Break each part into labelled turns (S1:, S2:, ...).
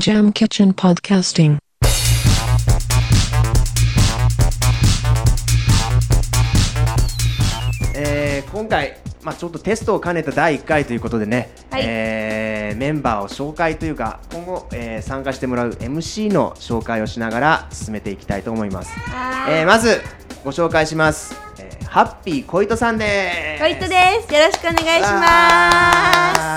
S1: Jam Kitchen Podcasting.
S2: えー今回、まあ、ちょっとテストを兼ねた第1回ということでね、
S3: はい
S2: えーメンバーを紹介というか今後、えー参加してもらう MC の紹介をしながら進めていきたいと思います、えーまずご紹介します、えーハッピー小糸さんです
S3: ポイントです。よろしくお願いしま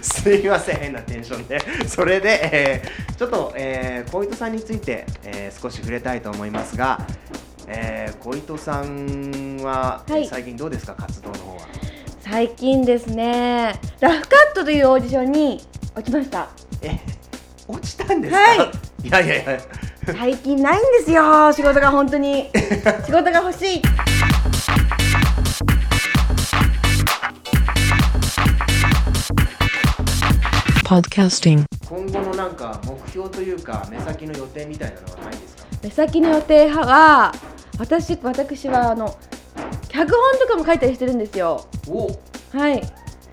S3: す。
S2: す。すいません変なテンションでそれで、えーちょっと、えー、小糸さんについて、えー少し触れたいと思いますが、えー、小糸さんは、
S3: はい
S2: 最近どうですか活動の方は
S3: 最近ですね、ラフカットというオーディションに落ちました。
S2: え落ちたんですか、、
S3: はい
S2: やいやいや
S3: 最近ないんですよ、仕事が本当に。仕事が欲しい。
S1: Podcasting.
S2: 今後のなんか目標というか目先の予定みたいなのはないですか
S3: 目先の予定派は、私、私はあの脚本とかも書いたりしてるんですよ。
S2: お
S3: はい。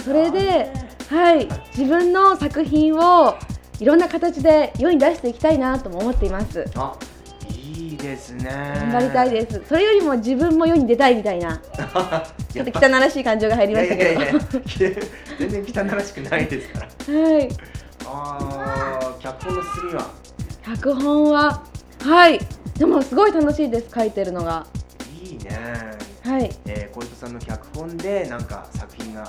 S3: それで、はい、自分の作品をいろんな形で世に出していきたいなとも思っています。
S2: あいいですね
S3: 頑張りた いです。それよりも自分も世に出たいみたいな。
S2: す
S3: ちょっと汚らしい感情が入り
S2: い
S3: ま
S2: や
S3: し
S2: い
S3: た
S2: やいやい
S3: け
S2: や全然汚らしくないですから
S3: ど。はい。
S2: ああ脚本の進みは
S3: 脚本は、はい。でもすごい楽しいです、書いてるのが。
S2: いいね
S3: はい。
S2: えー、小糸さんの脚本でなんか作品が、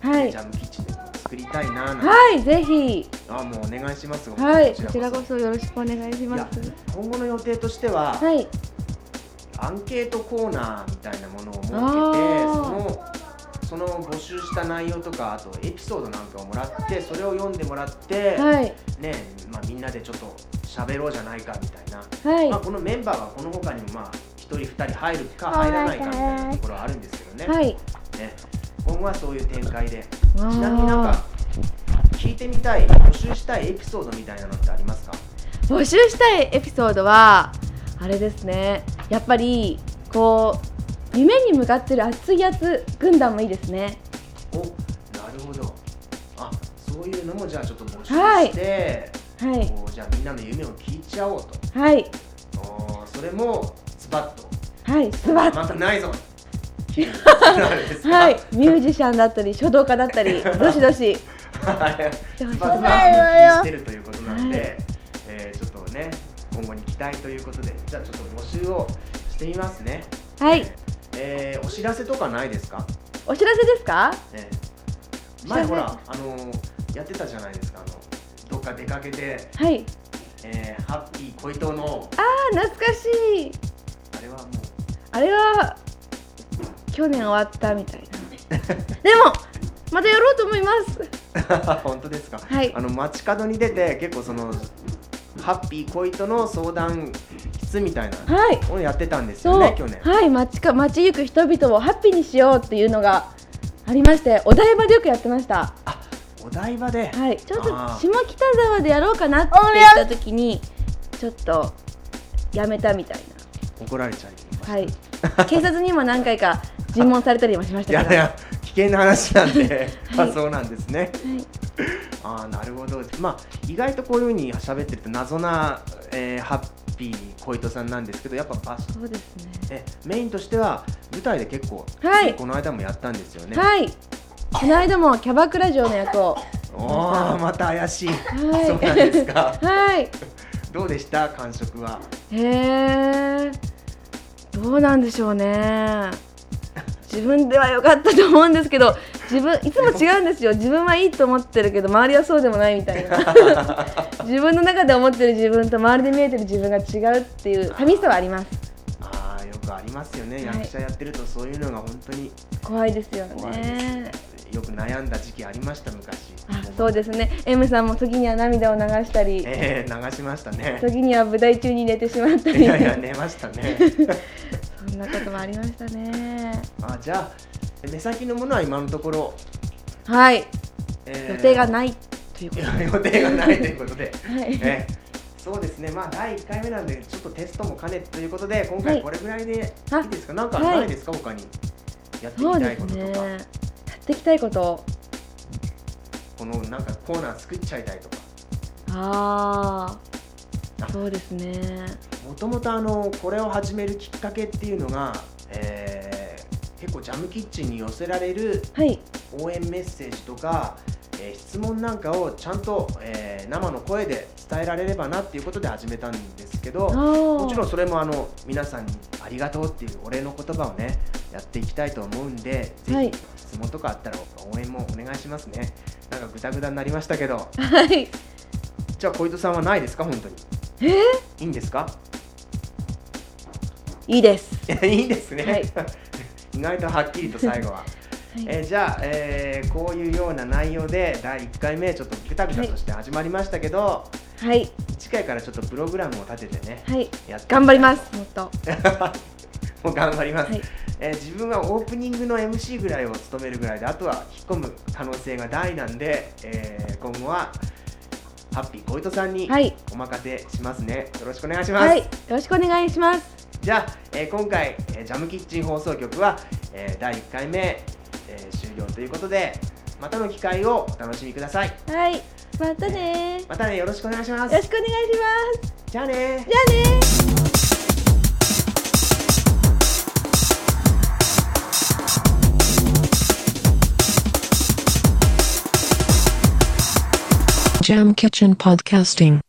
S3: はい
S2: ジ。ャムキッチンでも作りたいななんて、
S3: はい、ぜひ。
S2: あもうお願いしますよ
S3: は
S2: こ
S3: い。こ
S2: ち
S3: ち
S2: ら
S3: ら
S2: こ
S3: こそよろしくお願いし
S2: そいや
S3: ます。
S2: 今後の予定としては、
S3: はい。
S2: アンケートコーナーみたいなものを設けてそ
S3: あー
S2: のその募集した内容とかあとエピソードなんかをもらってそれを読んでもらって、
S3: はい。
S2: ねまあ、みんなでちょっと喋ろうじゃないかみたいなまあ、
S3: は
S2: このメンバーはこの他にもまあ1人2人入るか入らないかみたいなところはあるんですけどね,、
S3: い。はい。
S2: ね今後はそういう展開で
S3: ち
S2: ちなみになんか聞いてみたい募集したいエピソードみたいなのってありますか
S3: 募集したいエピソードはあれですねやっぱりこう夢に向かってる熱いやつ軍団もいいですね
S2: おなるほどあそういうのもじゃあちょっと募集
S3: はい
S2: して、
S3: はい
S2: こうじゃあみんなの夢を聞いちゃおうと
S3: はい
S2: おーそれもスパッと
S3: はいスバッ
S2: またない ぞなんですか
S3: はいミュージシャンだったり書道家だったりどしどし
S2: はい
S3: てほしい
S2: バズバズしてるということなんで、えーちょっとね今後に期待ということでじゃあちょっと募集をしてみますね
S3: はい
S2: えーお知らせとかないですか、
S3: お知らせですか
S2: ね、前
S3: お知
S2: ほ
S3: らせ
S2: らあのーやってたじゃないですかあのどっか出かけて、
S3: はい
S2: えーハッピー恋人の
S3: あ懐かしい
S2: あれはもう
S3: あれは去年終わったみたい なでもまたやろうと思います
S2: 本当ですか、
S3: はい
S2: あの街角に出て結構そのハッピー恋人の相談室みたいな
S3: はい
S2: のをやってたんです
S3: そ
S2: よ
S3: う、
S2: ね去年
S3: はい街か街行く人々をハッピーにしようっていうのがありましてお台場でよくやってました
S2: あお台場で、
S3: はいちょうど
S2: あー
S3: 下北沢でやろうかなって言った時にちょっとやめたみたい
S2: 怒られちゃいま
S3: なはい警察にも何回か尋問されたりもしまし
S2: い
S3: た
S2: や
S3: けど
S2: いや危険な話なんで、
S3: はい
S2: あそうなんですね
S3: はい
S2: ああなるほどまあ意外とこういうふうに喋ってると謎な、えーハッピー小糸さんなんですけどやっぱ場所
S3: そうですね
S2: えメインとしては舞台で結構、
S3: はい
S2: この間もやったんですよね、
S3: はいこの間もキャバクラ嬢の役を
S2: おおまた怪しい、
S3: は い
S2: そうなんですか
S3: はい
S2: どうでした感触は
S3: へえどうなんでしょうね自分では良かったと思うんですけど自分いつも違うんですよ自分はいいと思ってるけど周りはそうでもないみたいな自分の中で思ってる自分と周りで見えてる自分が違うっていう寂しさはあります
S2: ああよくありますよね、
S3: い
S2: 役者やってるとそういうのが本当に
S3: 怖いですよ
S2: 怖いです
S3: ね
S2: よく悩んだ時期ありました昔
S3: あそうですね M さんも時には涙を流したり
S2: えー流しました ね
S3: 時には舞台中に寝てしまったり
S2: いやいや寝ましたね
S3: そんなこともありましたね
S2: あじゃあ目先のものは今のところ、
S3: はい
S2: え
S3: 予定が
S2: い
S3: ないということ
S2: 予定がないということで、
S3: はい
S2: えーそうですねまあ第1回目なんでちょっとテストも兼ねてということで今
S3: は
S2: 回
S3: い
S2: これぐらいで
S3: あ
S2: いいですか、なんか
S3: はい
S2: ないですか、他にやってみ
S3: そう
S2: た
S3: で
S2: い
S3: す
S2: ことと
S3: ね。
S2: か、
S3: やっていきたいこと。
S2: このなんかコーナー作っちゃいたいとか
S3: ああそうですね
S2: もともとあのこれを始めるきっかけっていうのが、えー結構ジャムキッチンに寄せられる
S3: はい
S2: 応援メッセージとか、えー質問なんかをちゃんと、えー生の声で伝えられればなっていうことで始めたんですけども
S3: も
S2: ちろんそれもあの皆さんにありがとうっていうお礼の言葉をねやっていきたいと思うんでぜひ
S3: はい
S2: 質問とかあったら応援もお願いしますねなんかグダグダになりましたけど
S3: はい
S2: じゃあ小糸さんはないですか本当に
S3: えー
S2: いいんですか
S3: いいです
S2: いいですね、
S3: はい
S2: 意外とはっきりと最後は
S3: はい
S2: えーじゃあ、えーこういうような内容で第1回目ちょっとぐたぐたとして始まりましたけど、
S3: はい
S2: 次回からちょっとプログラムを立ててね
S3: はい
S2: やっていきたい
S3: 頑張りますもっと
S2: もう頑張ります、
S3: はい
S2: えー自分はオープニングの MC ぐらいを務めるぐらいであとは引っ込む可能性が大なんで、えー今後はハッピー小糸さんに
S3: はい
S2: お任せしますね、よろしくお願いします、
S3: はいよろしくお願いします
S2: じゃあ、えー今回、えージャムキッチン放送局は、えー第1回目、えー終了ということでまたの機会をお楽しみください
S3: はいまたね
S2: またねよろしくお願いしま
S3: よろ
S2: す
S3: しくお願いします
S2: じゃあね
S3: じゃあね
S1: Jam Kitchen Podcasting.